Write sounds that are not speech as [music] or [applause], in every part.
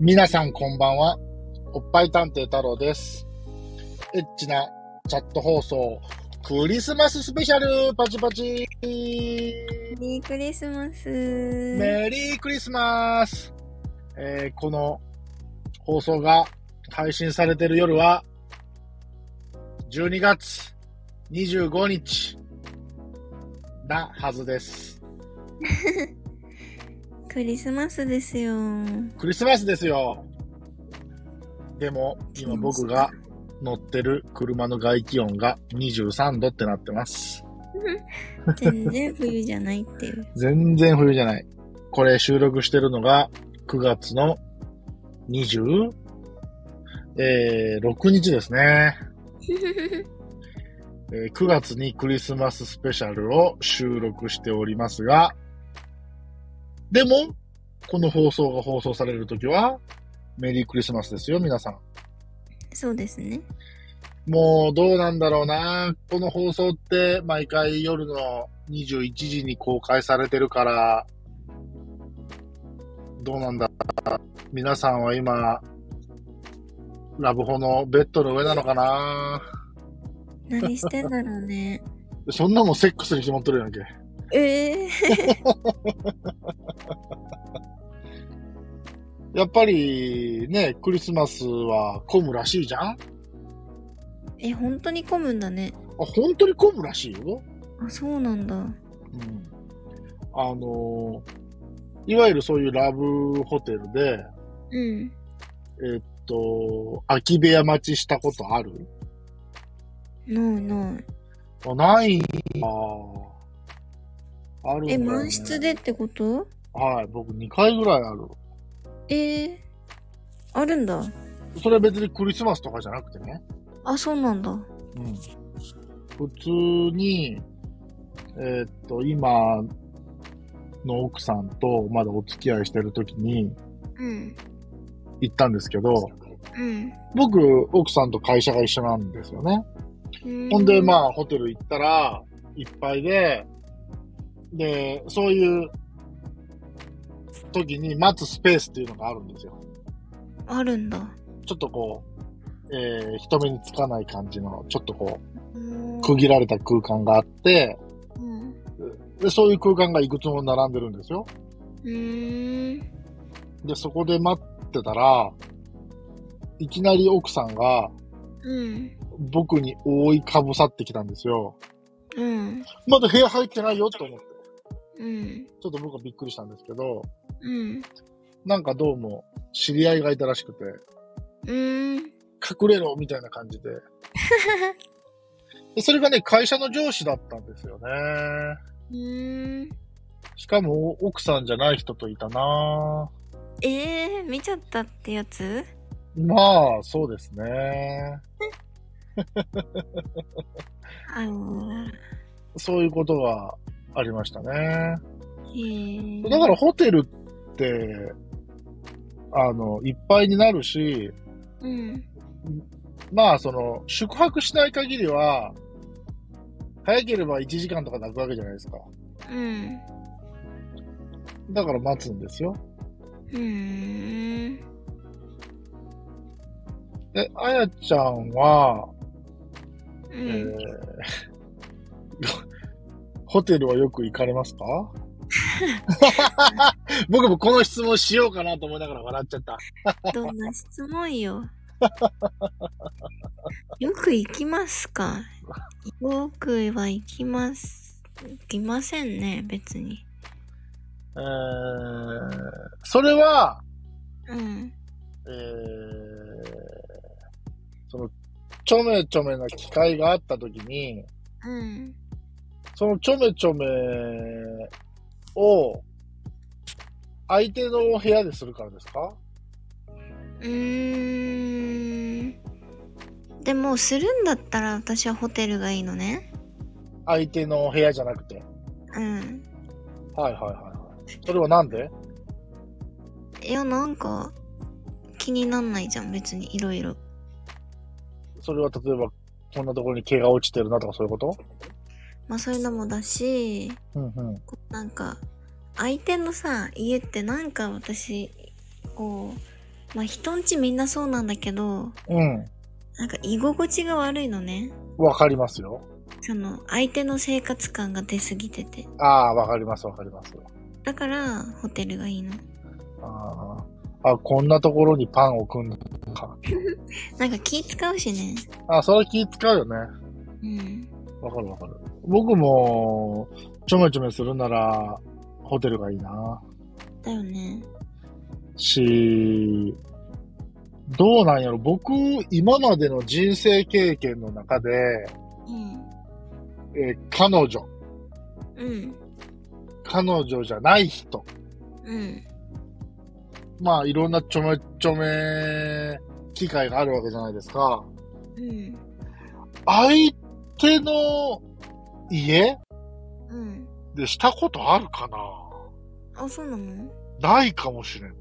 皆さんこんばんは。おっぱい探偵太郎です。エッチなチャット放送、クリスマススペシャルパチパチメリークリスマス。メリークリスマス、えーこの放送が配信されてる夜は、12月25日なはずです。クリスマスですよ。クリスマスですよ。でも、今僕が乗ってる車の外気温が23度ってなってます。全然冬じゃないっていう。全然冬じゃない。これ収録してるのが9月の 20? えー、6日ですね、 [laughs] えー9月にクリスマススペシャルを収録しておりますが、でも、この放送が放送されるときは、メリークリスマスですよ、皆さん。そうですね。もうどうなんだろうな。この放送って毎回夜の21時に公開されてるから、どうなんだ。皆さんは今、ラブホのベッドの上なのかな。何してんだろう [laughs] ね。そんなもんセックスに決まっとるやんけ。ええやっぱりね、クリスマスは混むらしいじゃんあ、え、本当に混むんだね。本当に混むらしいよ。あ、そうなんだ。うん。あの、いわゆるそういうラブホテルで、うん。えっと、空き部屋待ちしたことあるないない。あないああるんだえ、よ、ね。満室でってことはい、僕2回ぐらいある。ええあるんだ。それは別にクリスマスとかじゃなくてね。あ、そうなんだ。うん。普通に、えっと、今の奥さんとまだお付き合いしてる時にうん。行ったんですけど、うん。僕、奥さんと会社が一緒なんですよね。ほんで、まあ、ホテル行ったら、いっぱいで、で、そういう時に待つスペースっていうのがあるんですよ。あ。あるんだ。ちょっとこう、えー人目につかない感じの、ちょっとこうんう、区切られた空間があって、うん。で、そういう空間がいくつも並んでるんですよ。うーん。で、そこで待ってたら、いきなり奥さんがうん。僕に覆いかぶさってきたんですよ。うん。まだ部屋入ってないよと思って、うん。ちょっと僕はびっくりしたんですけど、うん。なんかどうも知り合いがいたらしくて、うーん。隠れろみたいな感じで。でそれがね、会社の上司だったんですよね。うーん。しかも奥さんじゃない人といたなええー、見ちゃったってやつまあ、そうですね。あの、そういうことがありましたね。へえ。だからホテルって、あの、いっぱいになるし、うん。まあ、その、宿泊しない限りは、早ければ1時間とか泣くわけじゃないですか。うん。だから待つんですよ。うーん。え、あやちゃんは、うえー [laughs] ん。ホテルはよく行かれ [laughs] ますか僕もこの質問しようかなと思いながら笑っちゃった。どんな質問よ。 [laughs] よく行きますかよくは行きます。行きませんね、別に。えー、それは、うん。えー、その、ちょめちょめな機会があった時に、うん。そのちょめちょめを、相手のお部屋でするからですかうーん。でも、するんだったら私はホテルがいいのね。相手のお部屋じゃなくて。うん。はいはいはいはい。それはなんでいや、なんか、気になんないじゃん、別にいろいろ。それは例えば、こんなところに毛が落ちてるなとかそういうことまあそういうのもだし、うんうん。こうなんか、相手のさ、家ってなんか私、こう、まあ人んちみんなそうなんだけど、うん。なんか居心地が悪いのね。わかりますよ。その相手の生活感が出すぎてて。ああ、わかります、わかります。だからホテルがいいの。あーあ、こんなところにパンを組んだか。なんか気使うしね。あそれ気使うよね。うん。わかるわかる。僕も、ちょめちょめするなら、ホテルがいいな。だよね。し、どうなんやろ僕、今までの人生経験の中で、うん。えー彼女、うん。彼女じゃない人、うん。まあ、いろんなちょめちょめ機会があるわけじゃないですか。うん。相手の家うん。でしたことあるかあ、そうなのなないかもしれん。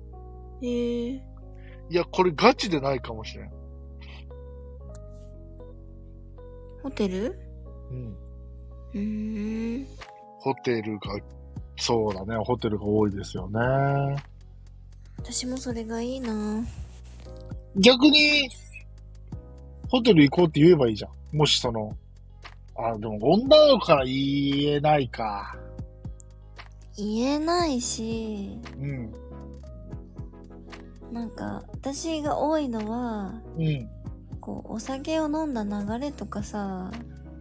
へえ。いや、これガチでないかもしれん。ホテルうん。うーん。ホテルが、そうだね、ホテルが多いですよね。私もそれがいいな逆に、ホテル行こうって言えばいいじゃん。もしその、あ、でも女の子から言えないか。言えないし、うん。なんか私が多いのは、うん。こう、お酒を飲んだ流れとかさ、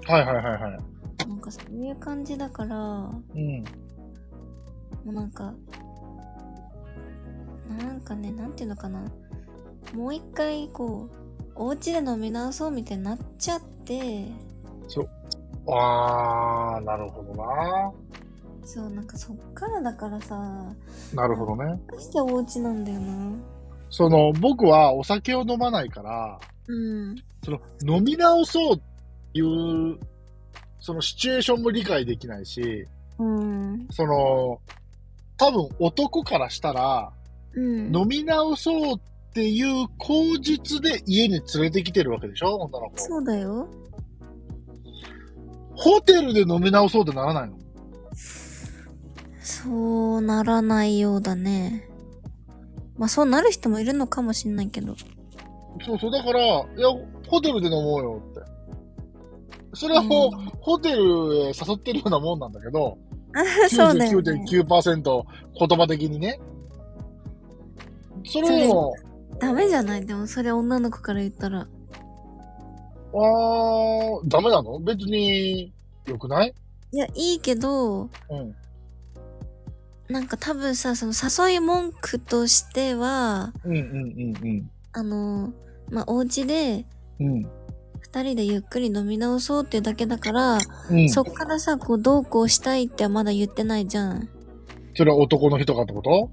はいはいはいはなんかそういう感じだから、もい。うん。うなんか、なんかね、なんていうのかな。もう一回、こう、お家で飲み直そうみたいになっちゃって、あー、なるほどな。そう、なんかそっからだからさ、なるほどね。どうしてお家なんだよな。その、僕はお酒を飲まないから、うん。その、飲み直そうっていう、そのシチュエーションも理解できないし、うん。その、多分男からしたら、うん。飲み直そうっていう口実で家に連れてきてるわけでしょ女の子。そうだよ。ホテルで飲み直そうってならないのそうならないようだね。まあそうなる人もいるのかもしんないけど。そうそう、だから、いや、ホテルで飲もうよって。それはもう、うんホテルへ誘ってるようなもんなんだけど、 [laughs] そうだよ、ね。 99.9%言葉的にね。それを、ダメじゃないでもそれ女の子から言ったら。あー、ダメなの別に、良くないいや、いいけど、うん、なんか多分さ、その誘い文句としては、うん、うん、うん、あの、まあ、お家で、うん。うん二人でゆっくり飲み直そうっていうだけだから、うん。そっからさ、こう、どうこうしたいってはまだ言ってないじゃん。それは男の人かってこと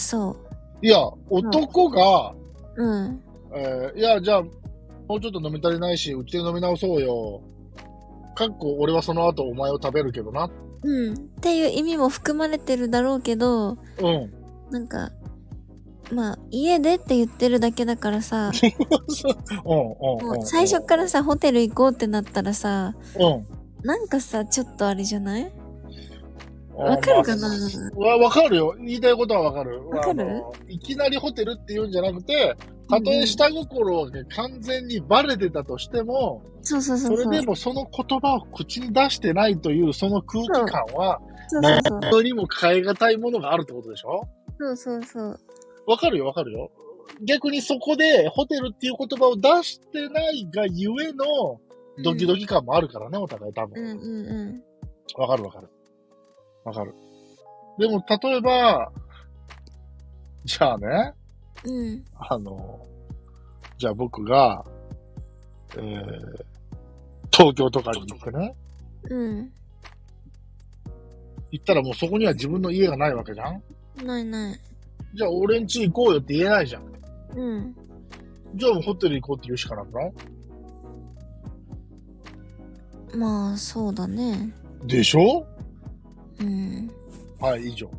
そいや、男が、う。うん。えーいや、じゃあ、もうちょっと飲み足りないし、うちで飲み直そうよ。かっこ、俺はその後お前を食べるけどな。うん。っていう意味も含まれてるだろうけど、うん。なんか、まあ、家でって言ってるだけだか [laughs] らうさ、ん、うん、もうん。う最初からさ、ホテル行こうってなったらさ、うん。なんかさ、ちょっとあれじゃないあわかるかまなあわ、わかるよ。言いたいことはわかる。わかるあのいきなりホテルって言うんじゃなくて、たとえ下心が、ね、完全にバレてたとしても、そうそうそ。そうれそうでもその言葉を口に出してないというその空気感は、そうそう。人にも変え難いものがあるってことでしょそうそうそう。わかるよ、わかるよ。逆にそこでホテルっていう言葉を出してないがゆえのドキドキ感もあるからね、お互い多うん分。うんうわかるわかる。わかる。でも、例えば、じゃあね、ん。うん。あの、じゃあ僕が、えー、東京とかに行ってね、うん。行ったらもうそこには自分の家がないわけじゃんないない。じゃあ俺ん家行こうよって言えないじゃん。うん。じゃあもうホテル行こうって言うしかなくないまあ、そうだね。でしょうん。はい、以上。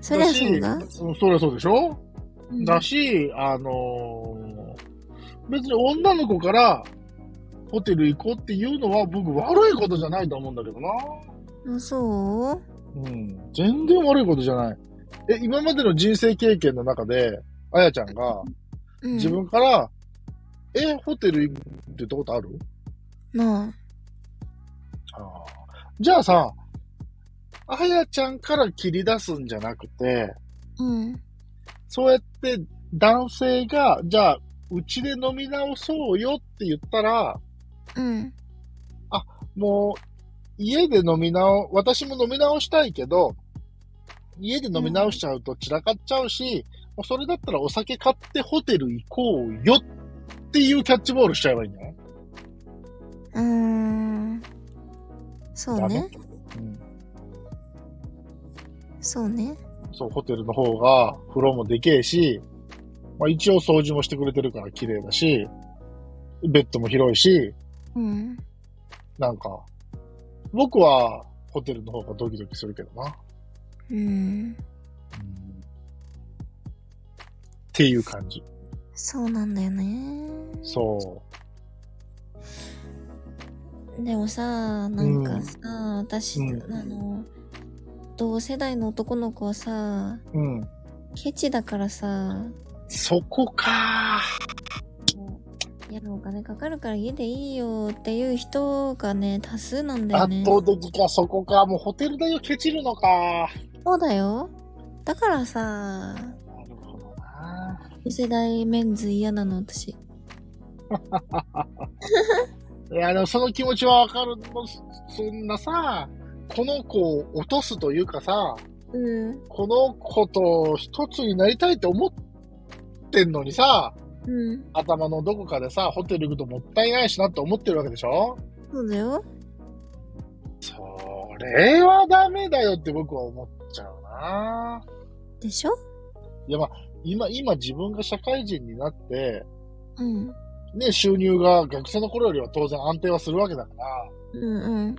そりゃそうだ。しうんそりゃそうでしょ、うんだし、あのー別に女の子からホテル行こうっていうのは僕悪いことじゃないと思うんだけどな。あそううん、全然悪いことじゃない。え、今までの人生経験の中で、あやちゃんがうん、自分から、え、ホテルって言ったことあるなああーじゃあさ、あやちゃんから切り出すんじゃなくて、うんそうやって男性が、じゃあ、うちで飲み直そうよって言ったら、うんもう、家で飲み直、私も飲み直したいけど、家で飲み直しちゃうと散らかっちゃうし、もうそれだったらお酒買ってホテル行こうよっていうキャッチボールしちゃえばいいんじゃないうーんそうねうん、そうねそう、ホテルの方が風呂もでけえし、まあ一応掃除もしてくれてるから綺麗だし、ベッドも広いし、うんなんか、僕はホテルの方がドキドキするけどな。うっんていう感じ。そうなんだよねそでもさなんかさ、私、うんあの同世代の男の子はさう。うん。ケチだからさそこかもういやお金かかるから家でいいよっていう人がね多数なんだよね圧倒的か、そこか。もうホテル代をケチるのか。そうだよだからさなるほどな。同世代メンズ嫌なの私いや、でもその気持ちはわかるの。そんなさ、この子を落とすというかさ、うんこの子と一つになりたいって思ってんのにさ、うん頭のどこかでさ、ホテル行くともったいないしなって思ってるわけでしょそうだよそれはダメだよって僕は思っちゃうなでしょいやまあ、今、今自分が社会人になって、うんね、収入が学生の頃よりは当然安定はするわけだから、うん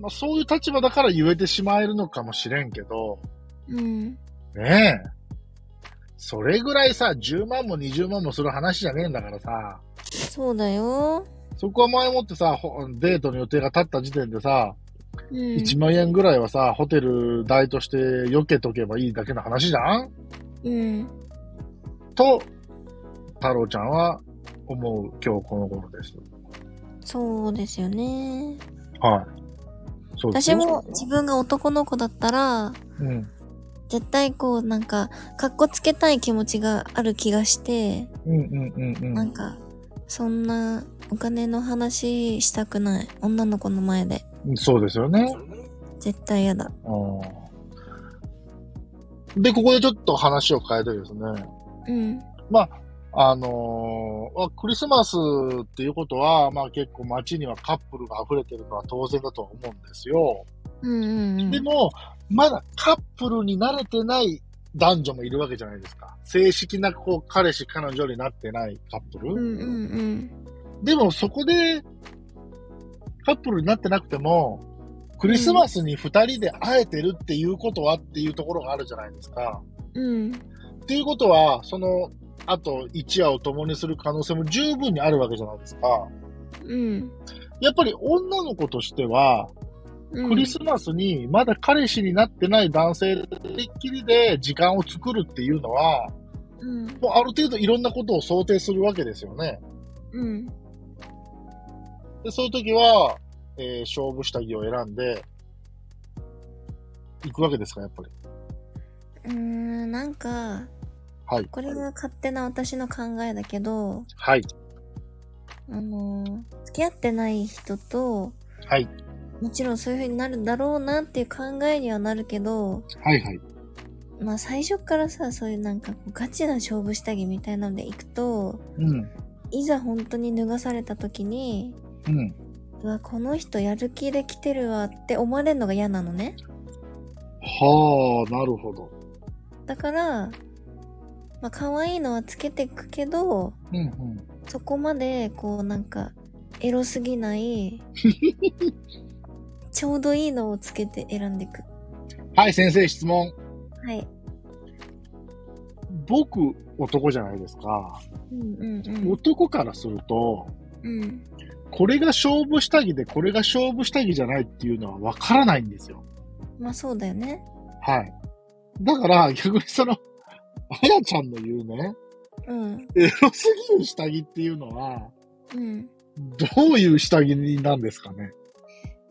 まあそういう立場だから言えてしまえるのかもしれんけど、うんうんねえ。それぐらいさ、10万も20万もする話じゃねえんだからさ、そうだよそこは前もってさ、ほデートの予定が立った時点でさ、うん1万円ぐらいはさ、ホテル代として避けとけばいいだけの話じゃんうんと、太郎ちゃんは思う今日この頃です。そうですよねはい。そうです私よも自分が男の子だったらうん。絶対こうなんかかっこつけたい気持ちがある気がして、うんうんうんうなんん。かそんなお金の話したくない女の子の前でそうですよね。絶対嫌だうんで、ここでちょっと話を変えてですね。うんあのーまあクリスマスっていうことは、まあ結構街にはカップルが溢れてるのは当然だとは思うんですよ。うんうんうでんも、まだカップルに慣れてない男女もいるわけじゃないですか。正式なこう彼氏彼女になってないカップル。うんうんうんでもそこで、カップルになってなくても、クリスマスに二人で会えてるっていうことはっていうところがあるじゃないですか。うんっていうことは、その、あと一夜を共にする可能性も十分にあるわけじゃないですか。うんやっぱり女の子としては、うんクリスマスにまだ彼氏になってない男性でっきりで時間を作るっていうのは、うんもうある程度いろんなことを想定するわけですよね。うんで、そういう時は、えー勝負下着を選んで、行くわけですか、やっぱり。うーんなんかはい。これが勝手な私の考えだけどはい。あのー付き合ってない人とはい。もちろんそういう風になるだろうなっていう考えにはなるけどはいはい。まあ最初からさそういうなんかこうガチな勝負下着みたいなので行くとうん。いざ本当に脱がされた時にうん。うわこの人やる気で来てるわって思われるのが嫌なのねはあ、なるほど。だからまあ可愛いのはつけてくけどうんうん。そこまでこうなんかエロすぎないちょうどいいのをつけて選んでいくはい、先生質問。はい僕、男じゃないですか。うんうんうん男からすると、うんこれが勝負下着で、これが勝負下着じゃないっていうのはわからないんですよ。まあそうだよねはい。だから、逆にその、あやちゃんの言うね、うん。エロすぎる下着っていうのは、うん。どういう下着なんですかね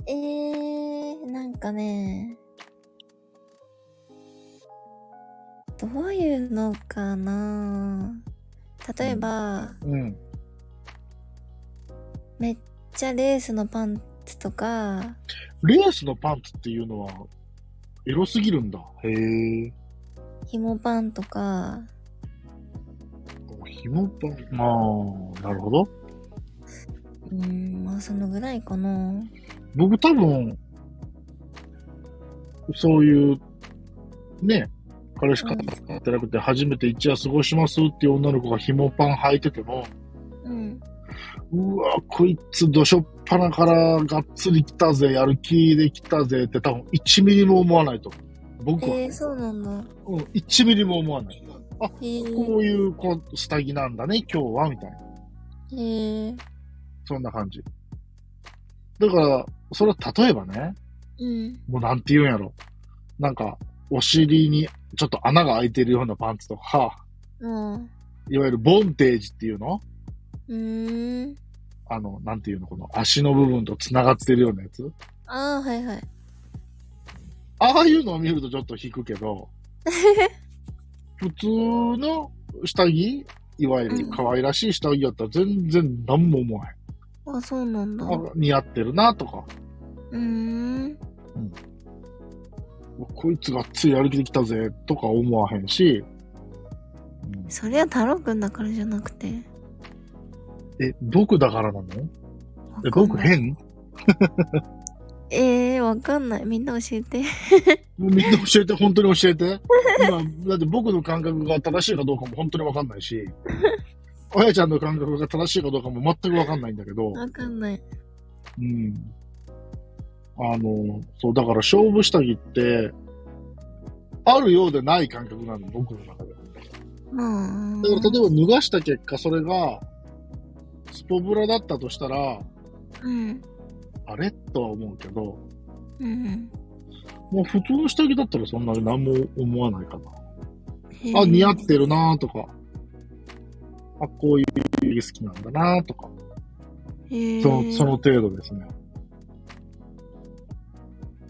えー、なんかね、どういうのかな例えば、うん。めっちゃレースのパンツとか、レースのパンツっていうのは、エロすぎるんだ。へえ。紐パンとか、紐パン。ああ、なるほど。うん、まあそのぐらいかな僕多分、そういう、ね、彼しかやってなくて、初めて一夜過ごしますっていう女の子が紐パン履いてても、うん。うわ、こいつ、どしょっぱなからがっつり来たぜ、やる気で来たぜって多分1ミリも思わないと思う。僕は、えー、そうなんだ。うん、1ミリも思わない。へーこういうこう下着なんだね、今日は、みたいな。へーそんな感じ。だから、それは例えばね、うん。もうなんて言うんやろ。なんか、お尻にちょっと穴が開いてるようなパンツとか、ああ。いわゆるボンテージっていうのうーん。あの、なんていうのこの足の部分と繋がってるようなやつああ、はいはい。ああいうのを見るとちょっと引くけ [laughs] ど、普通の下着いわゆる可愛らしい下着やったら全然何も思わへあ、そうなんだ。ん。あ似合ってるなとか、うーん。こいつがっつり歩きできたぜとか思わへんし、うんそれは太郎くんだからじゃなくて。え、僕だからなのえ、僕変ええー、わかんない。みんな教えて。もうみんな教えて、本当に教えて。今、だって僕の感覚が正しいかどうかも本当にわかんないし、あやちゃんの感覚が正しいかどうかも全くわかんないんだけど、わかんない。うん。あの、そう、だから勝負下着って、あるようでない感覚なの、僕の中で。まあ。だから例えば脱がした結果、それが、スポブラだったとしたら、うん。あれとは思うけど、うん。もう普通の下着だったらそんなに何も思わないかな。へーあ、似合ってるなとか、あ、こういう好きなんだなとか、へーそのその程度ですね。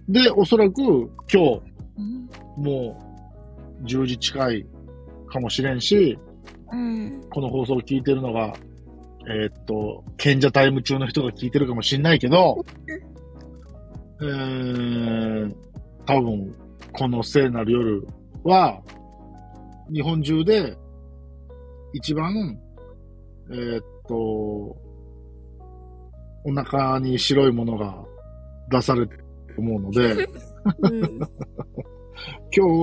で、おそらく今うん日、もう10時近いかもしれんし、うん。この放送を聞いてるのが、えーっと、賢者タイム中の人が聞いてるかもしれないけど、えー、多分、この聖なる夜は、日本中で、一番、えーっと、お腹に白いものが出されてると思うので、うん。今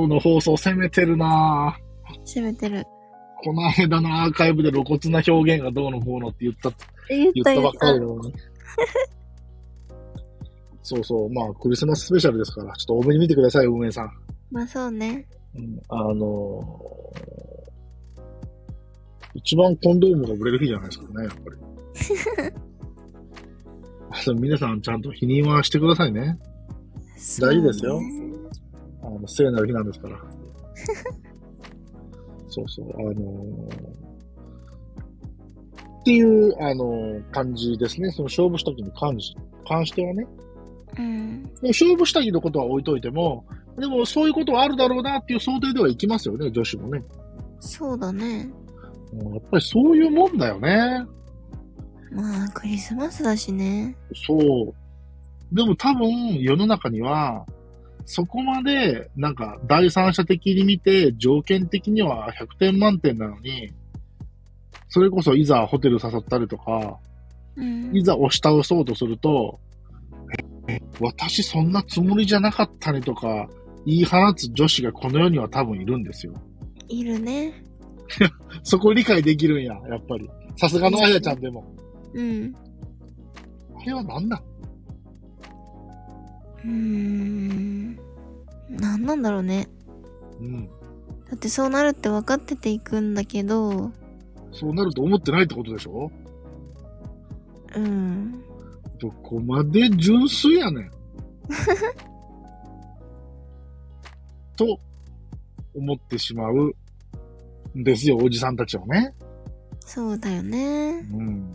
日の放送攻めてるなぁ。閉めてる。この間のアーカイブで露骨な表現がどうのこうのって言った言っ言ったた言ばっっかたり。なのに。 [laughs] そうそう、まあクリスマススペシャルですから、ちょっと多めに見てください、運営さん。まあそうね。うん、あのー一番コンドームが売れる日じゃないですかね、やっぱり。 [laughs] あと皆さん、ちゃんと否認はしてくださいね。大事ですよそうねあの聖なる日なんですから。 [laughs] そうそう、あのーっていう、あのー感じですね。その勝負した時に関し関してはね。うん。で勝負下着のことは置いといても、でもそういうことはあるだろうなっていう想定ではいきますよね、女子もね。そうだね。うんやっぱりそういうもんだよね。まあ、クリスマスだしね。そう。でも多分世の中には、そこまでなんか第三者的に見て条件的には100点満点なのに、それこそいざホテル誘ったりとか、うん。いざ押し倒そうとすると、え私そんなつもりじゃなかったねとか言い放つ女子がこの世には多分いるんですよ。いるね。そこ理解できるんや、やっぱり。さすがのあやちゃんでも。うん。あれはなんだうーん。なんなんだろうね。うん。だってそうなるって分かってていくんだけど、そうなると思ってないってことでしょうん。どこまで純 [laughs] 粋やねん。と思ってしまうんですよ、おじさんたちはね。そうだよね。うん。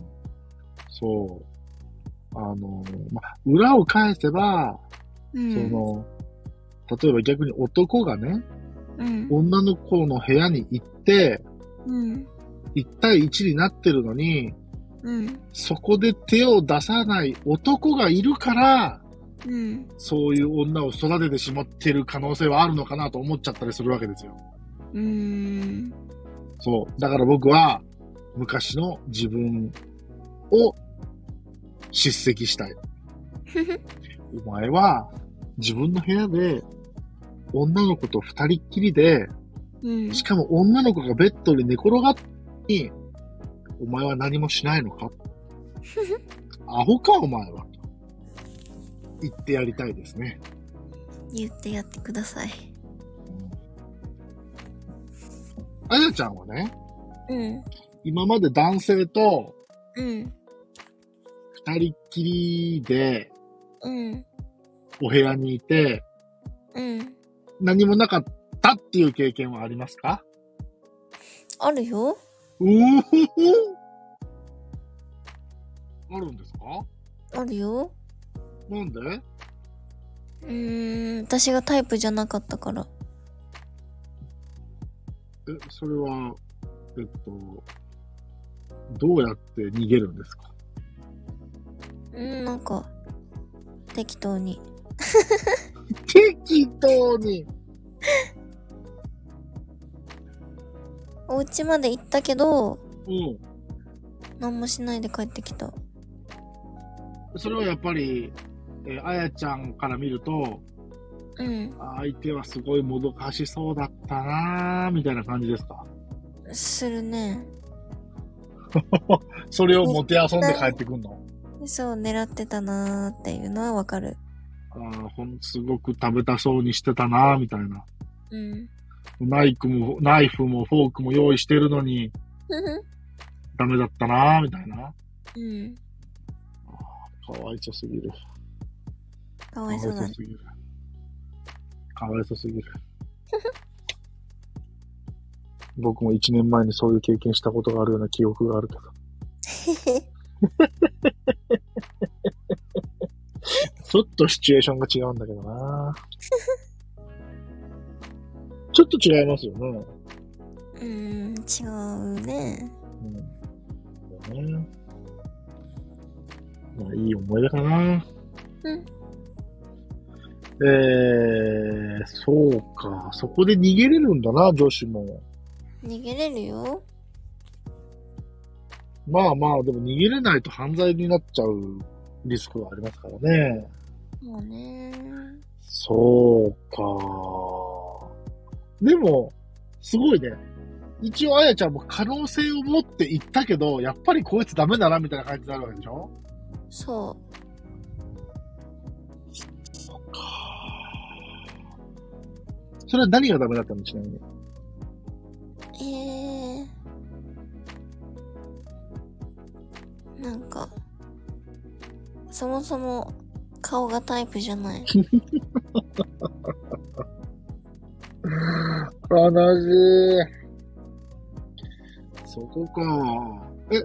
そう。あの、ま、裏を返せば、うそん。の、例えば逆に男がね、うん。女の子の部屋に行って、うん。 1対1になってるのに、うん。そこで手を出さない男がいるから、うん。そういう女を育ててしまってる可能性はあるのかなと思っちゃったりするわけですよ。うん。そう。だから僕は、昔の自分を叱責したい。お前は、自分の部屋で、女の子と二人っきりで、うん。しかも女の子がベッドに寝転がって、お前は何もしないのかアホか、お前は。言ってやりたいですね。言ってやってください。あやちゃんはね、うん。今まで男性とうん。二人っきりでうん。お部屋にいてうん。何もなかったっていう経験はありますかあるよ。うーふふあるんですかあるよ。なんでうーん。私がタイプじゃなかったから。え、それは、えっと、どうやって逃げるんですかうん、なんか、適当に。適当にお家まで行ったけど、うん。何もしないで帰ってきた。それはやっぱり、えーあやちゃんから見ると、うん。あー相手はすごいもどかしそうだったなーみたいな感じですかするね。それをもて遊んで帰ってくんのそう、狙ってたなーっていうのはわかる。あーほんすごく食べたそうにしてたなーみたいな。 [laughs] うん。ナイフも、ナイフもフォークも用意してるのに、ダメだったなーみたいな。うん。かわいそすぎる。かかわいそうだね。すぎる。かわいそすぎる。 [laughs] 僕も1年前にそういう経験したことがあるような記憶があるけど。ちょっとシチュエーションが違うんだけどな [laughs] ちょっと違いますよね。 [laughs] うーん、違うね。うん。ね。まあ、いい思い出かな。うん。えー、そうか。そこで逃げれるんだな、女子も。逃げれるよ。まあまあ、でも逃げれないと犯罪になっちゃうリスクはありますからね。もうね。そうか。でも、すごいね。一応、あやちゃんも可能性を持って行ったけど、やっぱりこいつダメだな、みたいな感じになるわけでしょそそれは何がダメだったのちなみに。う。えー。なんか、そもそも顔がタイプじゃない。悲しい。そこか。え、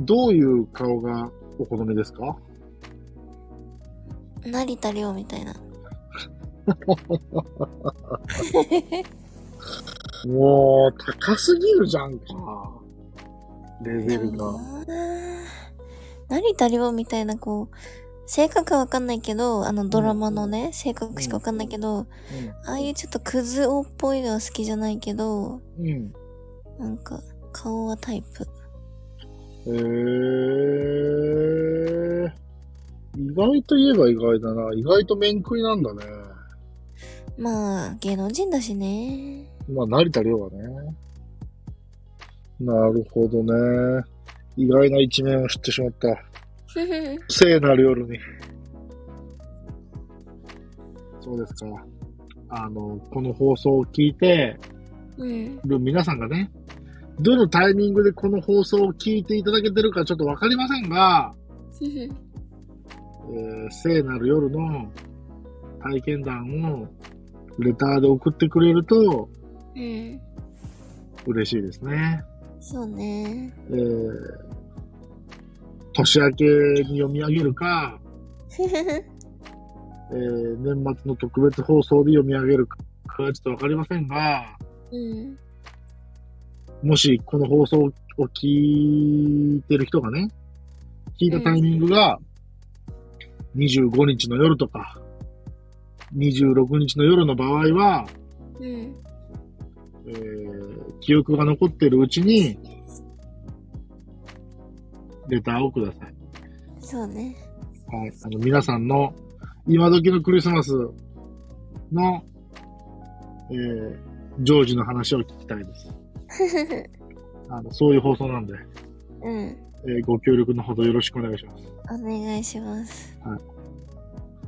どういう顔がお好みですか成田凌みたいな。もう、高すぎるじゃんか。レベルが。成田凌みたいなこう性格はわかんないけどあのドラマのね、性格しかわかんないけど、ああいうちょっとクズ男っぽいのは好きじゃないけどうん。うん。なんか顔はタイプえー、意外と言えば意外だな。意外と面食いなんだね。まあ芸能人だしねまあ、成田凌はね。なるほどね。意外な一面を知ってしまった。聖なる夜に。そうですか。あの、この放送を聞いてうんる皆さんがね、どのタイミングでこの放送を聞いていただけてるかちょっとわかりませんが、えー聖なる夜の体験談をレターで送ってくれるとうん。嬉しいですね。そうね。えー、年明けに読み上げるか、えー年末の特別放送で読み上げるかはちょっとわかりませんが、うん。もしこの放送を聞いてる人がね、聞いたタイミングが、25日の夜とか、26日の夜の場合は、うん。えー記憶が残ってるうちに、レターをください。そうね。はい。あの、皆さんの、今時のクリスマスの、えー、ジョージの話を聞きたいです。あの、そういう放送なんで、うん。えーご協力のほどよろしくお願いします。お願いします。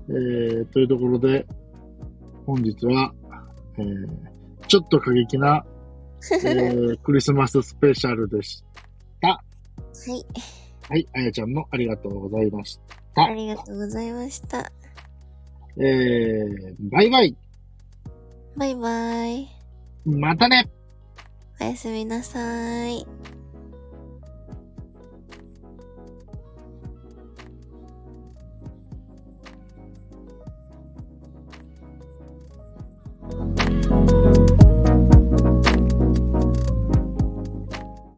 えー、というところで、本日は、えー、ちょっと過激な、えークリスマススペシャルでしはい。た。はい、あやちゃんのありがとうございました。ありがとうございました。えー、バイバイバイバイ。またねおやすみなさい。